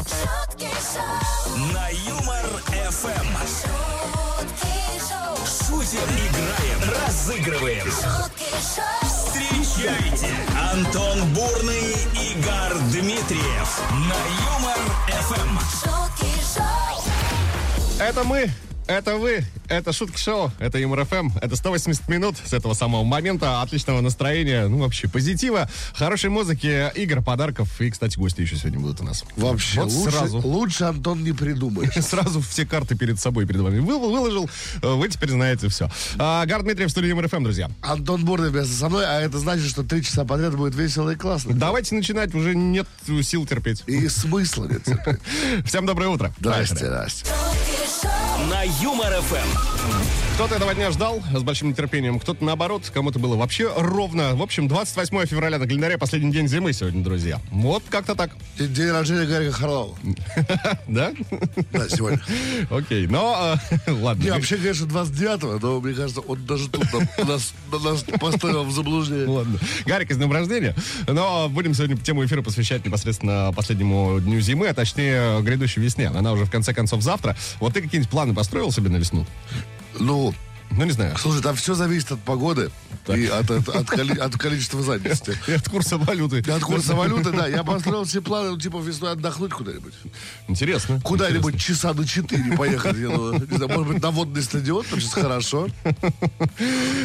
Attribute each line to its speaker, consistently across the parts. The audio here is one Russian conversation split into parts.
Speaker 1: Шутки шоу.
Speaker 2: На Юмор ФМ
Speaker 1: Шутки шоу.
Speaker 2: шутим, играем, разыгрываем.
Speaker 1: Шутки шоу.
Speaker 2: Встречайте Антон Бурный, Игорь Дмитриев на Юмор Эм. ФМ.
Speaker 1: Шутки шоу.
Speaker 3: Это мы, это вы, это Шутки Шоу, это Юмор ФМ, это 180 минут с этого самого момента, отличного настроения, ну вообще позитива, хорошей музыки, игр, подарков и, кстати, гости еще сегодня будут у нас.
Speaker 4: Вообще,
Speaker 3: Вот
Speaker 4: лучше,
Speaker 3: сразу.
Speaker 4: лучше, Антон, не придумаешь.
Speaker 3: Сразу все карты перед собой, перед вами выл- выложил. Э, Вы теперь знаете все. А, Гар Дмитриев, студия Юмор ФМ, друзья.
Speaker 4: Антон Бурный вместе со мной, а это значит, что три часа подряд будет весело и классно.
Speaker 3: Давайте начинать, уже нет сил терпеть.
Speaker 4: И смысла нет. терпеть.
Speaker 3: Всем доброе утро.
Speaker 4: Здрасте, Настя.
Speaker 1: Шутки шоу.
Speaker 2: На Юмор Эм. ФМ.
Speaker 3: Кто-то этого дня ждал с большим нетерпением, кто-то наоборот, кому-то было вообще ровно. В общем, 28 февраля на календаре, последний день зимы сегодня, друзья. Вот как-то так,
Speaker 4: День- День рождения Гарика Харлова.
Speaker 3: да?
Speaker 4: Да, сегодня.
Speaker 3: Окей, но э,
Speaker 4: Не,
Speaker 3: ладно.
Speaker 4: вообще, конечно, 29-го, но мне кажется, он даже тут нам- нас, нас поставил в заблуждение.
Speaker 3: Ладно. Гарик, с днем рождения. Но будем сегодня тему эфира посвящать непосредственно последнему дню зимы, а точнее грядущей весне. Она уже в конце концов завтра. Вот ты какие-нибудь планы построил себе на весну?
Speaker 4: Ну,
Speaker 3: Ну, не знаю.
Speaker 4: слушай, там все зависит от погоды и от, от- от коли- от количества занятости.
Speaker 3: И от курса валюты.
Speaker 4: И от курса валюты, да, я построил все планы, ну, типа, весной отдохнуть куда-нибудь.
Speaker 3: Интересно.
Speaker 4: Куда-нибудь часа на 4 поехать. Я думаю, не знаю, может быть, на водный стадион, там сейчас хорошо.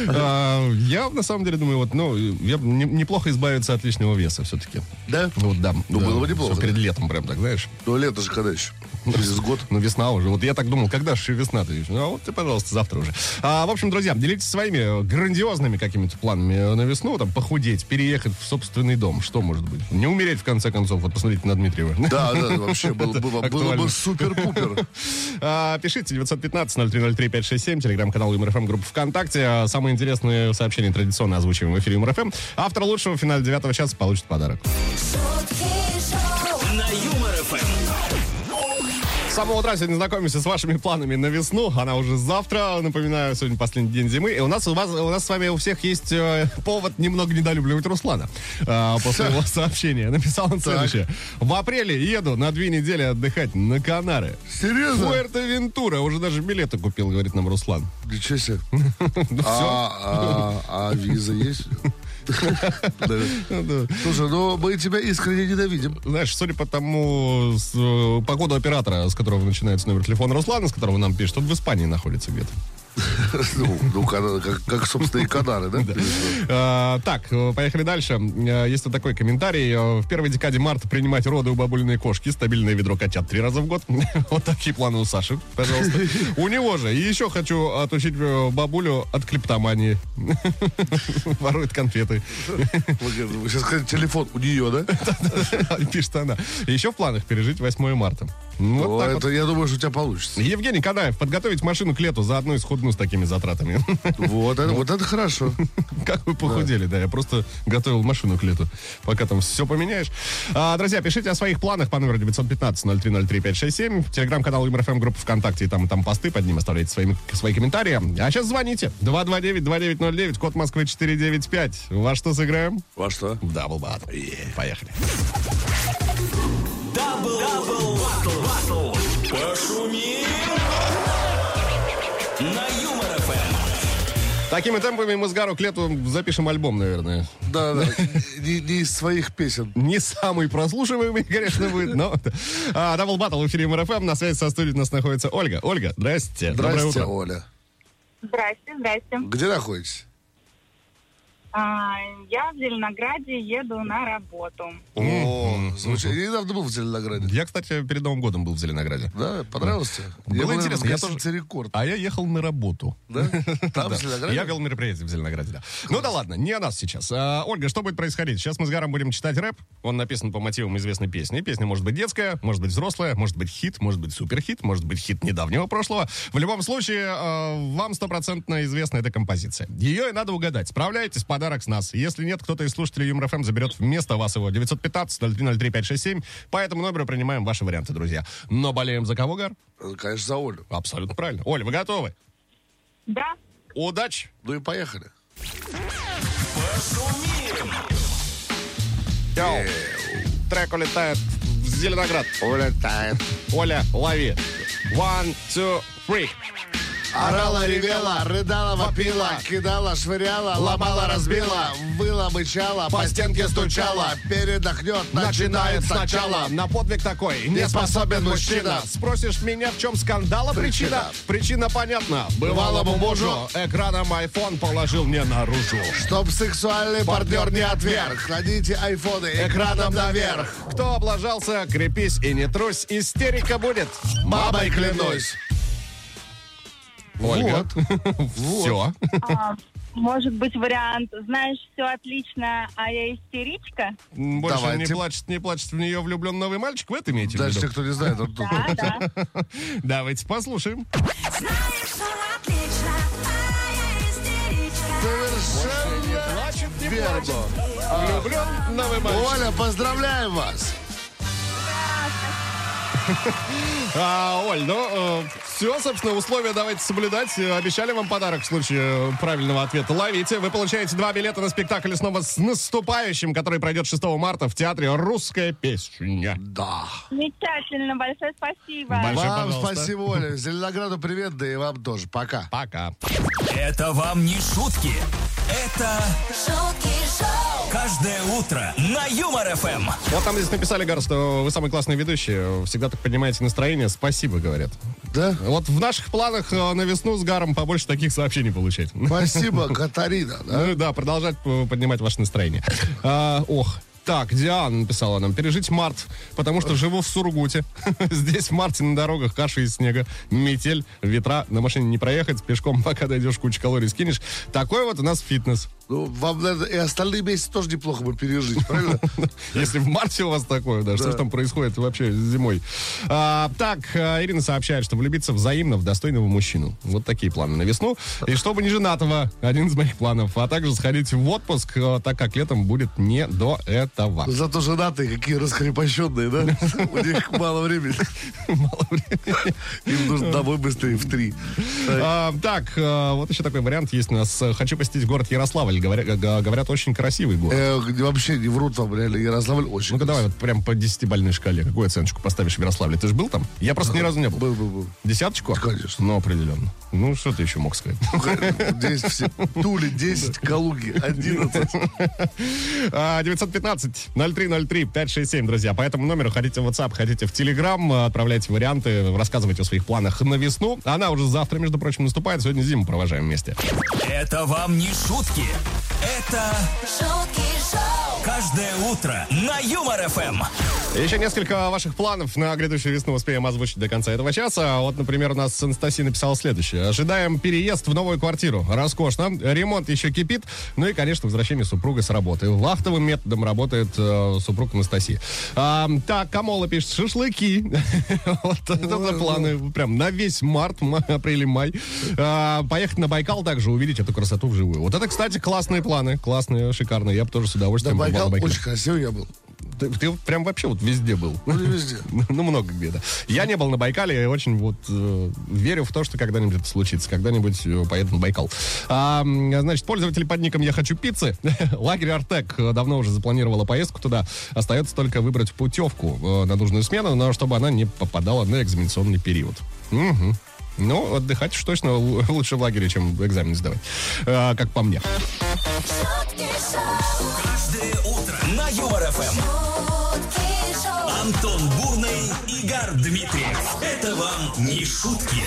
Speaker 3: А, Я на самом деле думаю, вот, ну, я б не- неплохо избавиться от лишнего веса все-таки.
Speaker 4: Да?
Speaker 3: Вот, да.
Speaker 4: Ну,
Speaker 3: Да,
Speaker 4: было бы
Speaker 3: всё
Speaker 4: неплохо.
Speaker 3: Перед летом прям так, знаешь.
Speaker 4: Ну, лето же когда еще? Через год.
Speaker 3: Ну, весна уже. Вот я так думал, когда же весна-то? Юж? Ну, а вот ты, пожалуйста, завтра уже. А, в общем, друзья, делитесь своими э, грандиозными какими-то планами э, на весну. Там, похудеть, переехать в собственный дом. Что может быть? Не умереть, в конце концов. Вот посмотрите на Дмитриева.
Speaker 4: Да, да, вообще было, было, было
Speaker 3: актуально.
Speaker 4: бы супер-пупер.
Speaker 3: А, Пишите 915-0303-567, телеграм-канал ЮморФМ, группа ВКонтакте. А, Самые интересные сообщения традиционно озвучиваем в эфире ЮморФМ. Автор лучшего финала девятого часа получит подарок.
Speaker 1: Шутки шоу.
Speaker 2: На Юмор Эм. ФМ.
Speaker 3: С самого утра сегодня знакомимся с вашими планами на весну. Она уже завтра. Напоминаю, сегодня последний день зимы. И у нас, у вас, у нас с вами у всех есть э, повод немного недолюбливать Руслана. Э, после его сообщения. Написал он следующее. В апреле еду на две недели отдыхать на Канары.
Speaker 4: Серьезно?
Speaker 3: Пуэрто-Вентура. Уже даже билеты купил, говорит нам Руслан.
Speaker 4: Ничего себе.
Speaker 3: Ну,
Speaker 4: А а- а виза есть? Да.
Speaker 3: Э, Да.
Speaker 4: Слушай, ну мы тебя искренне ненавидим.
Speaker 3: Знаешь, судя по тому с, э, по коду оператора, с которого начинается номер телефона Руслана, с которого нам пишет, он в Испании находится где-то.
Speaker 4: Ну, ну, кана- как, как, собственно, и Канары, да?
Speaker 3: Э, Так, э, поехали дальше. Э, Есть вот такой комментарий. Э, В первой декаде марта принимать роды у бабульной кошки. Стабильное ведро котят три раза в год. Вот такие планы у Саши, пожалуйста. У него же. И еще хочу отучить э, бабулю от клептомании. Ворует конфеты.
Speaker 4: Вы Сейчас скажете, телефон у нее, да?
Speaker 3: Пишет она. Еще в планах пережить 8 марта. Ну,
Speaker 4: О,
Speaker 3: вот так вот.
Speaker 4: это, я думаю, что у тебя получится.
Speaker 3: Евгений Канаев, подготовить машину к лету заодно и сходну с такими затратами.
Speaker 4: Вот это, вот это хорошо.
Speaker 3: Как вы похудели, да. Я просто готовил машину к лету, пока там все поменяешь. А, друзья, пишите о своих планах по номеру 915-0303-567. Телеграм-канал ЮморФМ, группа ВКонтакте, и там, и там посты, под ним оставляйте своими, свои комментарии. А сейчас звоните. 229-2909, код Москвы 495. Во что сыграем?
Speaker 4: Во А что?
Speaker 3: В дабл баттл. Поехали.
Speaker 2: Дабл, дабл, батл, батл. Пошумим. На Юмор Эм. ФМ.
Speaker 3: Такими темпами мы с Гару к лету запишем альбом, наверное.
Speaker 4: Да, да. Не, не из своих песен.
Speaker 3: Не самый прослушиваемый, конечно, будет, но... А, Дабл Баттл в эфире МРФМ. На связи со студией у нас находится Ольга. Ольга, здрасте. Доброе
Speaker 4: Здрасте,
Speaker 3: утро.
Speaker 4: Оля.
Speaker 5: Здрасте, здрасте.
Speaker 4: Где находитесь?
Speaker 5: А, я в Зеленограде еду на работу.
Speaker 4: О, звучит. Я недавно был в Зеленограде.
Speaker 3: Я, кстати, перед Новым годом был в Зеленограде.
Speaker 4: Да, понравилось тебе?
Speaker 3: Было интересно, я
Speaker 4: Я
Speaker 3: тоже-
Speaker 4: тоже... рекорд.
Speaker 3: А я ехал на работу.
Speaker 4: Да?
Speaker 3: Да.
Speaker 4: Там в Зеленограде?
Speaker 3: Я вел мероприятие в Зеленограде, да. Ну да ладно, не о нас сейчас. А, Ольга, что будет происходить? Сейчас мы с Гаром будем читать рэп. Он написан по мотивам известной песни. Песня может быть детская, может быть взрослая, может быть хит, может быть суперхит, может быть хит недавнего прошлого. В любом случае, э, вам стопроцентно известна эта композиция. Ее и надо угадать. Справляйтесь, подарок с нас. Если нет, кто-то из слушателей Юмор ФМ заберет вместо вас его. 915-0303-567. По этому номеру принимаем ваши варианты, друзья. Но болеем за кого, Гар?
Speaker 4: Э, Конечно, за Олю.
Speaker 3: Абсолютно правильно. Оль, вы готовы?
Speaker 5: Да,
Speaker 3: Удачи!
Speaker 4: Ну и поехали.
Speaker 2: Пошумим.
Speaker 3: Йоу. Трек улетает в Зеленоград.
Speaker 4: Улетает.
Speaker 3: Оля, лови. One, two, three.
Speaker 4: Орала, ревела, рыдала, вопила, кидала, швыряла, ломала, разбила, выла, мычала, по стенке стучала, передохнет, начинает сначала.
Speaker 3: На подвиг такой не способен мужчина. Спросишь меня, в чем скандала причина? Причина понятна. Бывалому мужу экраном iPhone положил мне наружу.
Speaker 4: Чтоб сексуальный партнер не отверг, кладите айфоны экраном наверх.
Speaker 3: Кто облажался, крепись и не трусь. Истерика будет.
Speaker 4: Мамой клянусь.
Speaker 3: Ольга. Все.
Speaker 5: А, Может быть, вариант «Знаешь, все отлично, а я истеричка».
Speaker 3: Больше не
Speaker 4: Давайте.
Speaker 3: плачет, не плачет в нее влюблен новый мальчик. Вы это имеете в
Speaker 4: Даже те,
Speaker 3: виду?
Speaker 4: кто не знает, вот тут.
Speaker 5: Да, да.
Speaker 3: Давайте послушаем.
Speaker 1: Знаешь, все отлично, а я истеричка.
Speaker 4: Совершенно
Speaker 3: Плачет, не
Speaker 4: верно.
Speaker 3: плачет. Влюблен новый мальчик.
Speaker 4: Оля, поздравляем вас!
Speaker 3: А, Оль, ну, все, собственно, условия давайте соблюдать. Э, Обещали вам подарок в случае э, правильного ответа. Ловите. Вы получаете два билета на спектакль снова с наступающим, который пройдет 6 марта в театре «Русская песня».
Speaker 4: Да.
Speaker 5: Замечательно, большое спасибо.
Speaker 3: Большое
Speaker 4: Вам
Speaker 3: Ну пожалуйста.
Speaker 4: спасибо, Оля. Зеленограду привет, да и вам тоже. Пока.
Speaker 3: Пока.
Speaker 2: Это вам не шутки. Это
Speaker 1: Шутки шоу.
Speaker 2: каждое утро на Юмор Эм. ФМ.
Speaker 3: Вот там здесь написали, Гар, что вы самый классный ведущий. э, Всегда так поднимаете настроение. Спасибо, говорят.
Speaker 4: Да?
Speaker 3: Вот в наших планах э, на весну с Гаром побольше таких сообщений получать.
Speaker 4: Спасибо, Катарина. да?
Speaker 3: Ну и да, продолжать э, поднимать ваше настроение. А, ох. Так, Диана написала нам, пережить март, потому что живу в Сургуте. Здесь в марте на дорогах каша из снега, метель, ветра, на машине не проехать, пешком пока дойдешь, кучу калорий скинешь. Такой вот у нас фитнес.
Speaker 4: Ну, вам надо и остальные месяцы тоже неплохо бы пережить, правильно?
Speaker 3: Если в марте у вас такое, да, что же там происходит вообще зимой? А, так, а, Ирина сообщает, что влюбиться взаимно в достойного мужчину. Вот такие планы на весну. И чтобы не женатого, один из моих планов. А также сходить в отпуск, а, так как летом будет не до этого.
Speaker 4: Зато женатые какие раскрепощенные, да? У них мало времени.
Speaker 3: Мало времени.
Speaker 4: Им нужно домой быстрее в три.
Speaker 3: А, Так, а, вот еще такой вариант есть у нас. Хочу посетить город Ярославль. Говоря- г- Говорят, очень красивый город.
Speaker 4: Э, Вообще не врут вам, реально. Ярославль очень.
Speaker 3: Ну-ка давай вот прям по 10-бальной шкале. Какую оценочку поставишь в Ярославле? Ты же был там? Я просто ни разу не был.
Speaker 4: Был, был, был.
Speaker 3: Десяточку?
Speaker 4: Конечно.
Speaker 3: Ну, определенно. Ну, что ты еще мог сказать?
Speaker 4: Здесь все. Тули 10, Калуги 11.
Speaker 3: А, 915-0303-567, друзья. По этому номеру ходите в WhatsApp, ходите в Telegram, а, отправляйте варианты, рассказывайте о своих планах на весну. Она уже завтра, между прочим, наступает. Сегодня зиму провожаем вместе.
Speaker 2: Это вам не шутки. Это
Speaker 1: Шутки шоу.
Speaker 2: каждое утро на Юмор ФМ.
Speaker 3: Еще несколько ваших планов на грядущую весну успеем озвучить до конца этого часа. Вот, например, у нас Анастасия написала следующее. Ожидаем переезд в новую квартиру. Роскошно. Ремонт еще кипит. Ну и, конечно, возвращение супруга с работы. Вахтовым методом работает э, супруг Анастасии. А, так, Камола пишет, шашлыки. Вот
Speaker 4: ну.
Speaker 3: это планы прям на весь март, ма- апрель и май. А, Поехать на Байкал также, увидеть эту красоту вживую. Вот это, кстати, классные планы. Классные, шикарные. Я бы тоже с
Speaker 4: Да,
Speaker 3: удовольствием побывал
Speaker 4: Байкал
Speaker 3: на Байкале.
Speaker 4: очень красивый я был.
Speaker 3: Ты, ты прям вообще вот везде был.
Speaker 4: Ну, не везде.
Speaker 3: Ну, много где-то. Я не был на Байкале, я очень вот э, верю в то, что когда-нибудь это случится. Когда-нибудь э, поеду на Байкал. А, м, значит, пользователь под ником «Я хочу пиццы». Лагерь «Артек» э, давно уже запланировала поездку туда. Остается только выбрать путевку э, на нужную смену, но чтобы она не попадала на экзаменационный период. Мгм. Ну, отдыхать уж точно л- лучше в лагере, чем экзамен сдавать. Э, как по мне.
Speaker 1: Шутки шоу.
Speaker 2: Каждое утро на Юмор ФМ.
Speaker 1: Шутки шоу.
Speaker 2: Антон Бурный, Игорь Дмитриев. Это вам не шутки.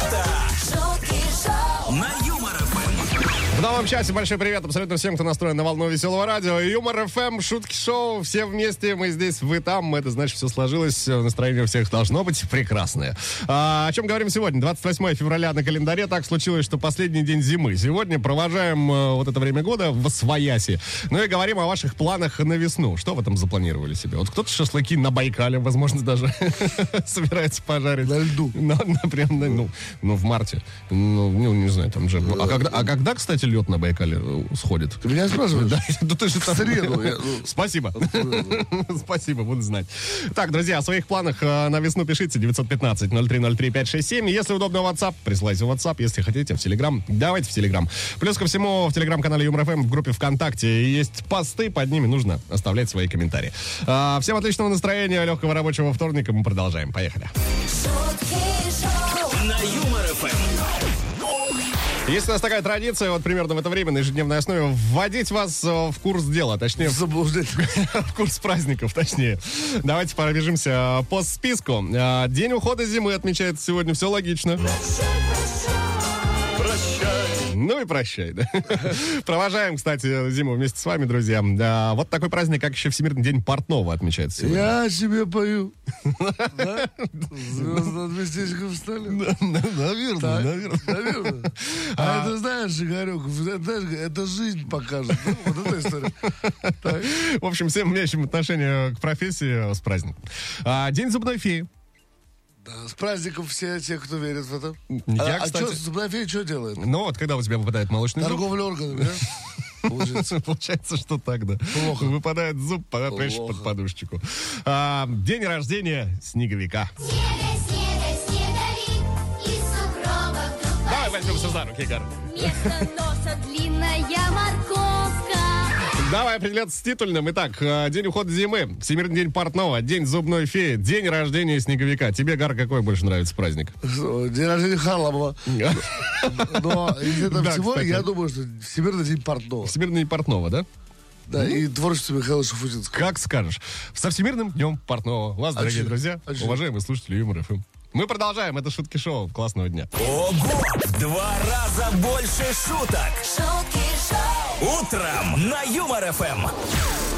Speaker 2: Это
Speaker 1: Шутки шоу.
Speaker 2: на Юмор ФМ.
Speaker 3: В новом часе большой привет абсолютно всем, кто настроен на волну веселого радио. Юмор ФМ, шутки шоу. Все вместе, мы здесь, вы там. Это значит, все сложилось. э, Настроение у всех должно быть прекрасное. А, о чем говорим сегодня? 28 февраля на календаре. Так случилось, что последний день зимы. Сегодня провожаем э, вот это время года в Освояси. Ну и говорим о ваших планах на весну. Что вы там запланировали себе? Вот кто-то шашлыки на Байкале, возможно, даже собирается пожарить.
Speaker 4: На льду.
Speaker 3: Ну, на- прям, на- ну, ну, в марте. Ну, ну, не знаю, там же. А когда, а когда, кстати, лед на Байкале э, сходит?
Speaker 4: Ты меня спрашиваешь?
Speaker 3: Да, ну ты же
Speaker 4: В
Speaker 3: там-
Speaker 4: среду. я- ну,
Speaker 3: Спасибо. Спасибо, буду знать. Так, друзья, о своих планах э, на весну пишите 915-0303-567. Если удобно в WhatsApp, присылайте в WhatsApp. Если хотите, в Telegram, давайте в Telegram. Плюс ко всему, в Telegram-канале Юмор ФМ в группе ВКонтакте есть посты, под ними нужно оставлять свои комментарии. А, Всем отличного настроения, легкого рабочего вторника. Мы продолжаем. Поехали.
Speaker 1: шутки шоу,
Speaker 2: На Юмор ФМ.
Speaker 3: Есть у нас такая традиция, вот примерно в это время на ежедневной основе, вводить вас э, в курс дела, точнее, в
Speaker 4: Заблуждение.
Speaker 3: В курс праздников, точнее. Давайте пробежимся э, по списку. А, День ухода зимы отмечается сегодня, все логично. Ну и прощай, да. Провожаем, кстати, зиму вместе с вами, друзья. Да, вот такой праздник, как еще Всемирный день портного отмечается сегодня.
Speaker 4: Я себе пою. Да? Звезда местечко встали.
Speaker 3: Наверное,
Speaker 4: Так, Наверное. А это знаешь, Игорек, это, знаешь, это жизнь покажет. Ну, Вот эта история. Так.
Speaker 3: В общем, всем имеющим отношение к профессии э, с праздником. А, День зубной феи.
Speaker 4: Да, С праздником все те, кто верит в это.
Speaker 3: Я,
Speaker 4: а
Speaker 3: кстати-
Speaker 4: что, зубная фея что делает?
Speaker 3: Ну вот, когда у тебя выпадает молочный зуб,
Speaker 4: Торговля органами, да? Получается.
Speaker 3: Получается, что так, да.
Speaker 4: Плохо.
Speaker 3: Выпадает зуб, пока прячешь
Speaker 4: Плохо.
Speaker 3: под подушечку. А, день рождения снеговика.
Speaker 6: Снега, снега, снеговик Из сугробов вдруг
Speaker 3: Давай возьмемся за руки, Игорь.
Speaker 6: Вместо носа длинная морковка
Speaker 3: Давай определяться с титульным. Итак, э, день ухода зимы, всемирный день портного, день зубной феи, день рождения снеговика. Тебе, Гар, какой больше нравится праздник?
Speaker 4: Что, День рождения Харламова. Но из этого
Speaker 3: Да,
Speaker 4: всего,
Speaker 3: кстати.
Speaker 4: я думаю, что Всемирный день портного.
Speaker 3: Всемирный день портного, да?
Speaker 4: Да, и творчество Михаила Шафутинского.
Speaker 3: Как скажешь. Со всемирным днем портного. Вас, дорогие
Speaker 4: чё?
Speaker 3: друзья,
Speaker 4: А чё?
Speaker 3: уважаемые слушатели Юмор ФМ. Мы продолжаем. Это шутки шоу. Классного дня.
Speaker 2: Ого! В два раза больше шуток.
Speaker 1: шутки шоу,
Speaker 2: Утром на Юмор ФМ.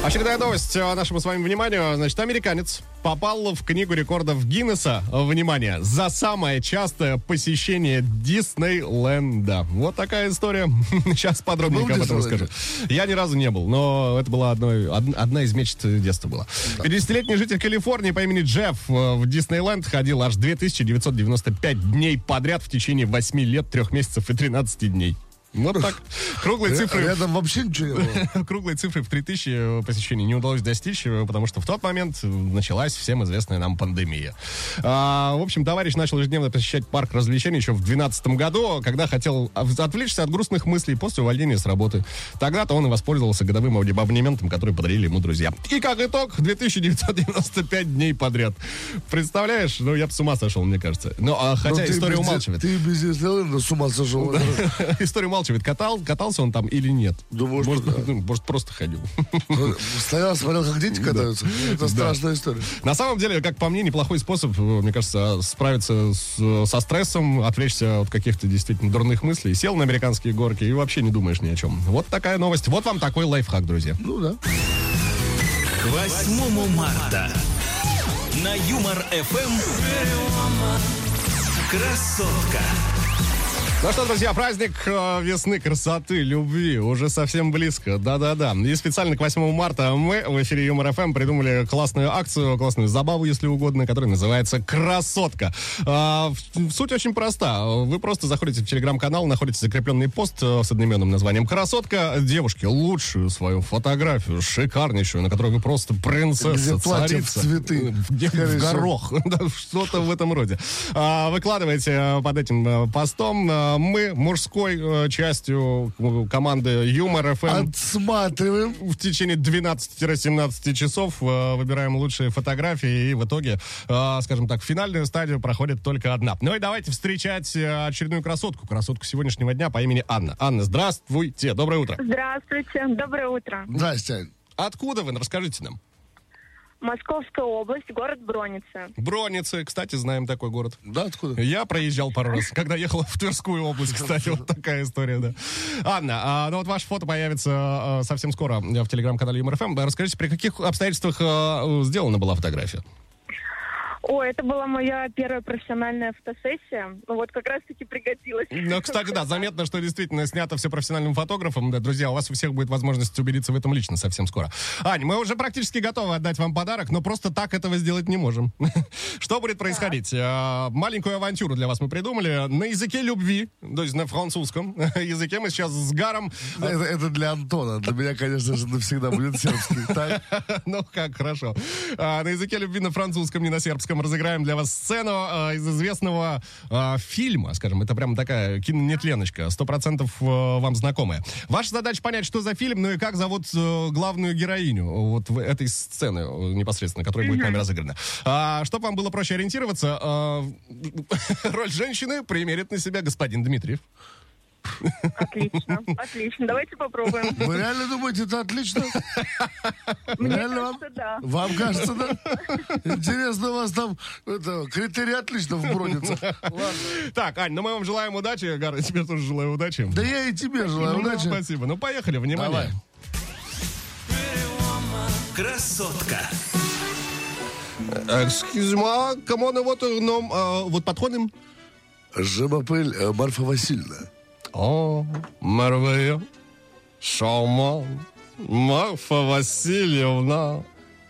Speaker 3: Очередная новость э, нашему с вами вниманию. Значит, американец попал в книгу рекордов Гиннесса, э, внимание, за самое частое посещение Диснейленда. Вот такая история. Сейчас подробнее
Speaker 4: Ты был
Speaker 3: об
Speaker 4: в
Speaker 3: этом
Speaker 4: Диснейленде?
Speaker 3: расскажу. Я ни разу не был, но это была одной, од- одна из мечт детства была. 50-летний житель Калифорнии по имени Джефф э, в Диснейленд ходил аж 2995 дней подряд в течение 8 лет, 3 месяцев и 13 дней. Вот так. Круглые
Speaker 4: Ря-
Speaker 3: Э, цифры
Speaker 4: А Рядом вообще ничего не было.
Speaker 3: круглой цифры в 3000 посещений не удалось достичь, э, потому что в тот момент э, началась всем известная нам пандемия. А, в общем, товарищ начал ежедневно посещать парк развлечений еще в 2012 году, когда хотел ов- отвлечься от грустных мыслей после увольнения с работы. Тогда-то он и воспользовался годовым абонементом, который подарили ему друзья. И как итог, 2995 дней подряд. Представляешь? Ну, я бы с ума сошел, мне кажется. Ну, а
Speaker 4: Но
Speaker 3: хотя
Speaker 4: ты
Speaker 3: история Ну,
Speaker 4: без-
Speaker 3: умалчивает.
Speaker 4: Ты без Диснейленда с ума сошел.
Speaker 3: История умалчивает, катал, катался он там или нет.
Speaker 4: Думаю, что
Speaker 3: может,
Speaker 4: да.
Speaker 3: ну, может, просто ходил.
Speaker 4: Стоял, смотрел, как дети катаются. Это страшная история.
Speaker 3: На самом деле, как по мне, неплохой способ, э, мне кажется, справиться с- э, со стрессом, отвлечься от каких-то действительно дурных мыслей. Сел на американские горки и вообще не думаешь ни о чем. Вот такая новость. Вот вам такой лайфхак, друзья.
Speaker 4: Ну да.
Speaker 2: К 8 марта на Юмор ФМ. Красотка.
Speaker 3: Ну что, друзья, праздник э, весны, красоты, любви уже совсем близко. Да-да-да. И специально к 8 марта мы в эфире Юмор ФМ придумали классную акцию, классную забаву, если угодно, которая называется «Красотка». А, в- суть очень проста. Вы просто заходите в телеграм-канал, находите закрепленный пост э, с одноименным названием «Красотка». Девушке лучшую свою фотографию, шикарнейшую, на которой вы просто принцесса,
Speaker 4: Где платье в
Speaker 3: царица.
Speaker 4: цветы.
Speaker 3: Где-
Speaker 4: Скорее
Speaker 3: в
Speaker 4: всего.
Speaker 3: горох. Ох, да, что-то в этом роде. А, Выкладывайте э, под этим э, постом. А, Мы мужской э, частью э, команды Юмор
Speaker 4: А
Speaker 3: ФМ
Speaker 4: Отсматриваем.
Speaker 3: в течение 12-17 часов э, выбираем лучшие фотографии, и в итоге, э, скажем так, в финальную стадию проходит только одна. Ну и давайте встречать э, очередную красотку, красотку сегодняшнего дня по имени Анна. Анна, здравствуйте, доброе утро.
Speaker 5: Здравствуйте, доброе утро.
Speaker 4: Здрасте, Ань.
Speaker 3: Откуда вы? Ну, Расскажите нам.
Speaker 5: Московская область, город Броница.
Speaker 3: Броницы, кстати, знаем такой город.
Speaker 4: Да, откуда?
Speaker 3: Я проезжал пару раз, когда ехал в Тверскую область, кстати, вот такая история, да. Анна, а, ну вот ваше фото появится а, совсем скоро в телеграм-канале ЮморФМ. Расскажите, при каких обстоятельствах а, сделана была фотография?
Speaker 5: О, это была моя первая профессиональная фотосессия. Ну вот как раз-таки пригодилась.
Speaker 3: Ну, кстати, да, заметно, что действительно снято все профессиональным фотографом. Да, друзья, у вас у всех будет возможность убедиться в этом лично совсем скоро. Ань, мы уже практически готовы отдать вам подарок, но просто так этого сделать не можем. Что будет происходить? А, Маленькую авантюру для вас мы придумали. На языке любви, то есть на французском языке мы сейчас с Гаром...
Speaker 4: Это, это для Антона. Для меня, конечно же, навсегда будет сербский. Так?
Speaker 3: Ну как, хорошо. А, На языке любви на французском, не на сербском, разыграем для вас сцену а, из известного а, фильма, скажем, это прям такая кинонетленочка, сто процентов а, вам знакомая. Ваша задача понять, что за фильм, ну и как зовут э, главную героиню вот в этой сцены э, непосредственно, которая будет нами разыграна. А, Чтобы вам было проще ориентироваться, а, роль женщины примерит на себя господин Дмитриев.
Speaker 5: Отлично, отлично. Давайте попробуем.
Speaker 4: Вы реально думаете, это отлично?
Speaker 5: Мне
Speaker 4: Реально вам?
Speaker 5: кажется, да.
Speaker 4: Вам кажется, да? Интересно, у вас там это, критерии отлично вбродятся.
Speaker 3: Так, Ань, ну мы вам желаем удачи, Гара, тебе тоже желаю удачи.
Speaker 4: Да я и тебе желаю
Speaker 3: Ну,
Speaker 4: удачи.
Speaker 3: Спасибо. Ну, поехали, внимание.
Speaker 4: Давай.
Speaker 2: Красотка.
Speaker 3: Excuse-moi, comment votre nom, euh, votre patronum?
Speaker 4: Жемопыль э, Марфа Васильевна.
Speaker 3: Oh, merveilleux, charmant, Марфа Васильевна.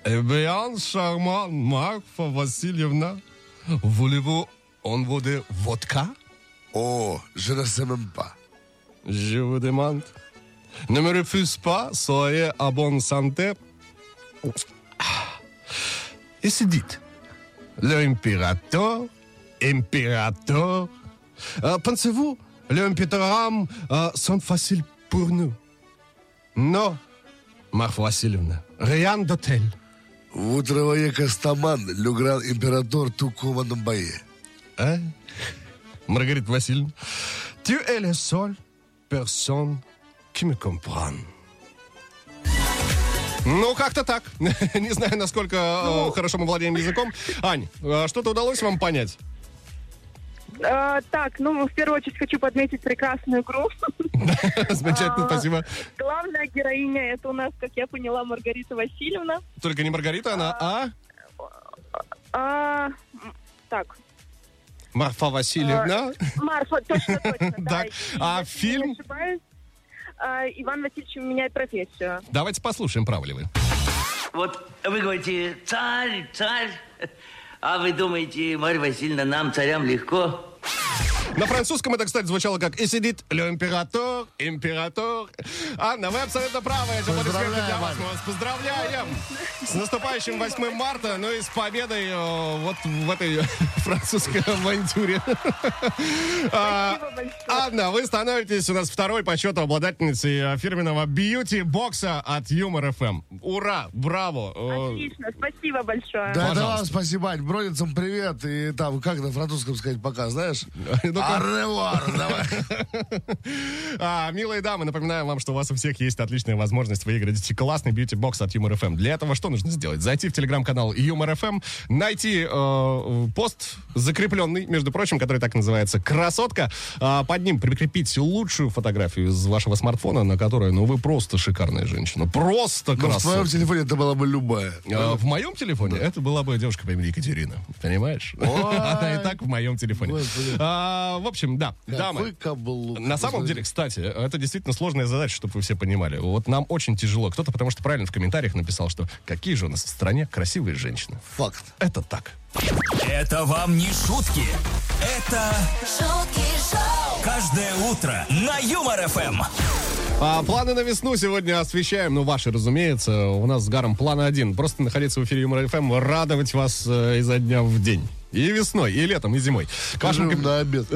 Speaker 3: Eh bien, charmant, Марфа Васильевна. Voulez-vous en de vodka?
Speaker 4: О, жена Семемпа.
Speaker 3: Je vous demande. Ne me refuse pas, soyez à bonne santé. Ah. Et c'est dit. L'impérateur, impérateur. Euh, Pensez-vous, l'impérateur euh, sont faciles pour nous Non, Марфа Васильевна, rien de tel.
Speaker 4: В утро Костаман, Люгран Император Тукума Намбае.
Speaker 3: Hein? Marguerite Э? Васильевна, tu es le seul personne qui me comprend. Ну, как-то так. Не знаю, насколько э, хорошо мы владеем языком. Ань, э, что-то удалось вам понять?
Speaker 5: Э, так, ну, в первую очередь хочу подметить прекрасную игру.
Speaker 3: Замечательно,
Speaker 5: А.
Speaker 3: спасибо.
Speaker 5: Главная героиня, это у нас, как я поняла, Маргарита Васильевна.
Speaker 3: Только не Маргарита, она, а?
Speaker 5: А, м, так,
Speaker 3: Марфа Васильевна.
Speaker 5: А. Марфа, точно, точно. да.
Speaker 3: Так, а
Speaker 5: Если
Speaker 3: фильм?
Speaker 5: не ошибаюсь, а, Иван Васильевич меняет профессию.
Speaker 3: Давайте послушаем, правы ли вы.
Speaker 7: Вот вы говорите, царь, царь. А вы думаете, Марья Васильевна, нам, царям, легко?
Speaker 3: На французском это, кстати, звучало как «И сидит император, император». Анна, вы абсолютно правы. Это
Speaker 4: Поздравляем,
Speaker 3: аплодисменты для вас.
Speaker 4: Аня.
Speaker 3: Мы вас поздравляем. С наступающим 8 марта, ну и с победой э, вот в этой французской авантюре. А, Анна, вы становитесь у нас второй по счету обладательницей э, фирменного бьюти-бокса от Юмор ФМ. Ура! Браво! Э,
Speaker 5: Отлично, спасибо большое.
Speaker 4: Да, это
Speaker 3: Пожалуйста.
Speaker 4: вам спасибо, Ань. Бродницам привет. И там, как на французском сказать пока, знаешь?
Speaker 3: Ну-ка.
Speaker 4: Аревуар, давай.
Speaker 3: А, милые дамы, напоминаю вам, что у вас у всех есть отличная возможность выиграть классный бьюти-бокс от Юмор ФМ. Для этого что нужно сделать? Зайти в телеграм-канал Юмор ФМ, найти э, пост, закрепленный, между прочим, который так и называется «Красотка». А, под ним прикрепить лучшую фотографию из вашего смартфона, на которой, ну, вы просто шикарная женщина. Просто
Speaker 4: Ну, в твоем
Speaker 3: красотка.
Speaker 4: телефоне это была бы любая.
Speaker 3: А, В моем телефоне это была бы девушка по имени Екатерина. Понимаешь? Она и так в моем телефоне.
Speaker 4: Господи.
Speaker 3: А, В общем, да, дамы.
Speaker 4: Какой каблук.
Speaker 3: На самом деле, кстати, это действительно сложная задача, чтобы вы все понимали. Вот нам очень тяжело. Кто-то потому что правильно в комментариях написал, что какие же у нас в стране красивые женщины.
Speaker 4: Факт.
Speaker 3: Это так.
Speaker 2: Это вам не шутки. Это
Speaker 1: шутки шоу,
Speaker 2: каждое утро на Юмор ФМ.
Speaker 3: А, планы на весну сегодня освещаем, ну, ваши, разумеется. У нас с Гаром план один. Просто находиться в эфире Юмор ФМ, радовать вас э, изо дня в день. И весной, и летом, и зимой. К вашим,
Speaker 4: Жрем
Speaker 3: ком-
Speaker 4: на обед.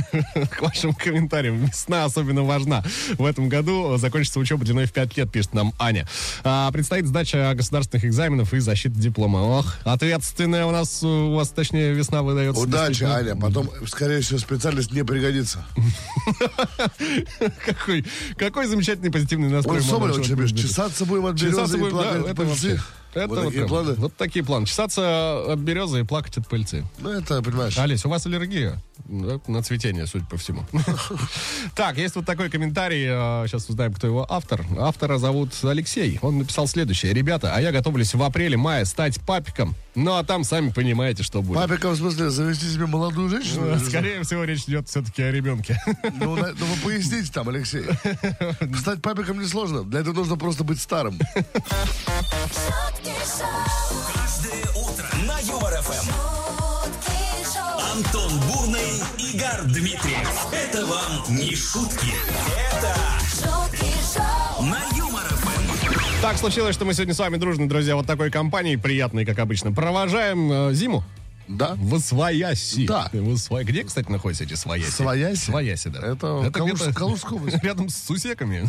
Speaker 3: к вашим комментариям. Весна особенно важна. В этом году закончится учеба длиной в 5 лет, пишет нам Аня. А, предстоит сдача государственных экзаменов и защита диплома. Ох, ответственная у нас, у вас, точнее, весна выдается.
Speaker 4: Удачи,
Speaker 3: действительно.
Speaker 4: Аня. Потом, скорее всего, специальность не пригодится.
Speaker 3: Какой, какой замечательный позитивный настрой.
Speaker 4: Ой, Соболев,
Speaker 3: молодого
Speaker 4: что бишь,
Speaker 3: человека.
Speaker 4: чесаться будем от
Speaker 3: Чесаться
Speaker 4: березы и
Speaker 3: будем, да,
Speaker 4: плакать от
Speaker 3: это
Speaker 4: пыльцы?
Speaker 3: вообще. Это
Speaker 4: Вот такие
Speaker 3: прям-
Speaker 4: планы.
Speaker 3: Вот такие планы. Чесаться от березы и плакать от пыльцы.
Speaker 4: Ну, это, понимаешь,
Speaker 3: Олесь, у вас аллергия? Ну, Да, На цветение, судя по всему. Так, есть вот такой комментарий. Сейчас узнаем, кто его автор. Автора зовут Алексей. Он написал следующее. Ребята, а я готовлюсь в апреле-мае стать папиком. Ну, а там сами понимаете, что будет.
Speaker 4: Папика, в смысле, завести себе молодую женщину?
Speaker 3: Скорее всего, речь идет все-таки о ребенке.
Speaker 4: Ну, на- ну, вы поясните там, Алексей. Стать папиком несложно. Для этого нужно просто быть старым.
Speaker 1: шутки шоу,
Speaker 2: Каждое утро на Юмор ФМ.
Speaker 1: шутки шоу,
Speaker 2: Антон Бурный, Игорь Дмитриев. Это вам не шутки. Это
Speaker 1: шутки шоу,
Speaker 2: на Юмор ФМ.
Speaker 3: Так случилось, что мы сегодня с вами дружно, друзья, вот такой компанией, приятной, как обычно. Провожаем э, зиму
Speaker 4: Да?
Speaker 3: в Освояси.
Speaker 4: Да.
Speaker 3: В Осво- Где, кстати, находятся эти Свояси?
Speaker 4: Свояси?
Speaker 3: Свояси, да.
Speaker 4: Это Калуж-
Speaker 3: где-то
Speaker 4: Калужская область.
Speaker 3: Рядом с Сусеками.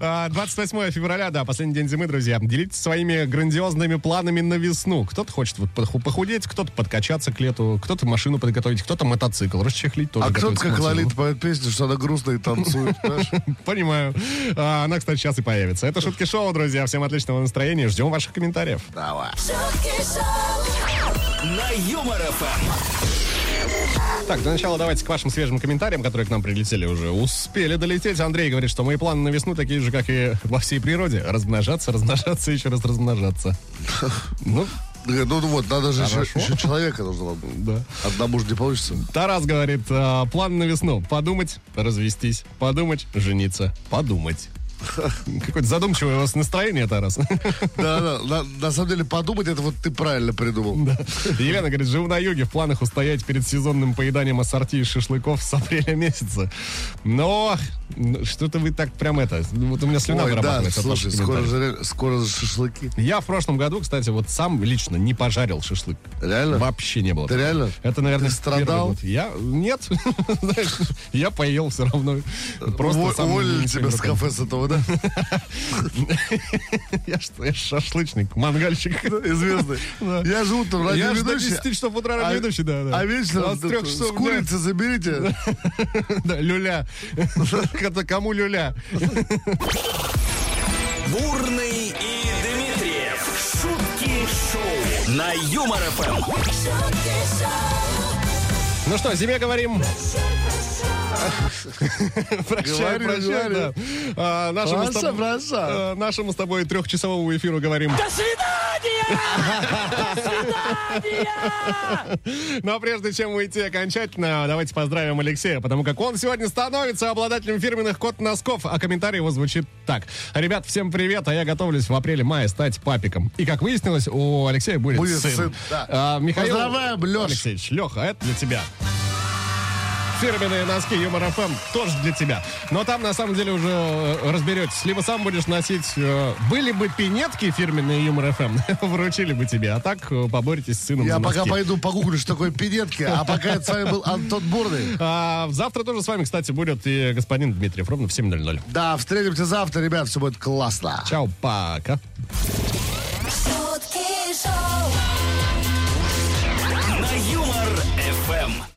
Speaker 3: А, 28 февраля, да, последний день зимы, друзья. Делитесь своими грандиозными планами на весну. Кто-то хочет вот пох- похудеть, кто-то подкачаться к лету, кто-то машину подготовить, кто-то мотоцикл расчехлить. Тоже
Speaker 4: А кто-то,
Speaker 3: готовится к
Speaker 4: как
Speaker 3: мотоциклу.
Speaker 4: Лолит, поет песню, что она грустная и танцует, понимаешь?
Speaker 3: Понимаю. А, она, кстати, сейчас и появится. Это Шутки Шоу, друзья. Всем отличного настроения. Ждем ваших комментариев.
Speaker 4: Давай.
Speaker 1: шутки шоу,
Speaker 2: На Юмор ФМ.
Speaker 3: Так, для начала давайте к вашим свежим комментариям, которые к нам прилетели уже. Успели долететь. Андрей говорит, что мои планы на весну такие же, как и во всей природе. Размножаться, размножаться, еще раз размножаться. Ну,
Speaker 4: Э, Ну ну вот, надо же еще,
Speaker 3: Хорошо.
Speaker 4: еще человека нужно.
Speaker 3: да.
Speaker 4: Одному же не получится.
Speaker 3: Тарас говорит, «А, план на весну. Подумать, развестись. Подумать, жениться. Подумать. Какое-то задумчивое у вас настроение, Тарас.
Speaker 4: Да, да, на, на самом деле подумать, это вот ты правильно придумал.
Speaker 3: Елена говорит, живу на юге, в планах устоять перед сезонным поеданием ассорти и шашлыков с апреля месяца. Но ну, что-то вы так прям это... Вот у меня слюна
Speaker 4: Ой, да,
Speaker 3: вырабатывается от ваших
Speaker 4: слушай, скоро
Speaker 3: комментариев.
Speaker 4: же, реаль- скоро же шашлыки.
Speaker 3: Я в прошлом году, кстати, вот сам лично не пожарил шашлык.
Speaker 4: Реально?
Speaker 3: Вообще не было.
Speaker 4: Ты реально?
Speaker 3: Это, наверное,
Speaker 4: Ты
Speaker 3: первый
Speaker 4: страдал?
Speaker 3: год. Я... Нет. Знаешь, я поел все равно.
Speaker 4: Уво-
Speaker 3: сам
Speaker 4: уволили
Speaker 3: не
Speaker 4: тебя с
Speaker 3: приготовил.
Speaker 4: кафе с этого, да?
Speaker 3: Я что, я шашлычник, мангальщик.
Speaker 4: Известный.
Speaker 3: Да.
Speaker 4: Я же утром радиоведущий.
Speaker 3: Я ж до 10 часов утра
Speaker 4: а-
Speaker 3: радиоведущий, да, да.
Speaker 4: А вечером
Speaker 3: А с трех
Speaker 4: с
Speaker 3: часов дня-
Speaker 4: курицы заберите.
Speaker 3: Да, люля. Это кому люля?
Speaker 2: Бурный и Дмитриев. Шутки шоу. На Юмор ФМ.
Speaker 1: шутки шоу,
Speaker 3: Ну что, о себе говорим. Прощай,
Speaker 4: Говорю,
Speaker 3: прощай,
Speaker 4: говорю.
Speaker 3: да. А, нашему с
Speaker 4: Прощай,
Speaker 3: тоб-
Speaker 4: прощай.
Speaker 3: а, Нашему с тобой трехчасовому эфиру говорим.
Speaker 8: До свидания!
Speaker 3: Но прежде чем уйти окончательно, давайте поздравим Алексея, потому как он сегодня становится обладателем фирменных кот-носков, а комментарий его звучит так. Ребят, всем привет, а я готовлюсь в апреле-мае стать папиком. И как выяснилось, у Алексея будет,
Speaker 4: Будет сын, да.
Speaker 3: А, Михаил
Speaker 4: Поздравляем, Лёш.
Speaker 3: Алексеевич, Леха, это для тебя. Фирменные носки Юмор ФМ тоже для тебя. Но там на самом деле уже э, разберетесь. Либо сам будешь носить. э, Были бы пинетки фирменные Юмор ФМ, вручили бы тебе. А так э, поборитесь с сыном
Speaker 4: Я
Speaker 3: за
Speaker 4: пока
Speaker 3: носки.
Speaker 4: пойду погуглю, что такое пинетки. А пока это с вами был Антон Бурный.
Speaker 3: А, завтра тоже с вами, кстати, будет и господин Дмитриев ровно в 7.00.
Speaker 4: Да, встретимся завтра, ребят, все будет классно.
Speaker 3: Чао, пока.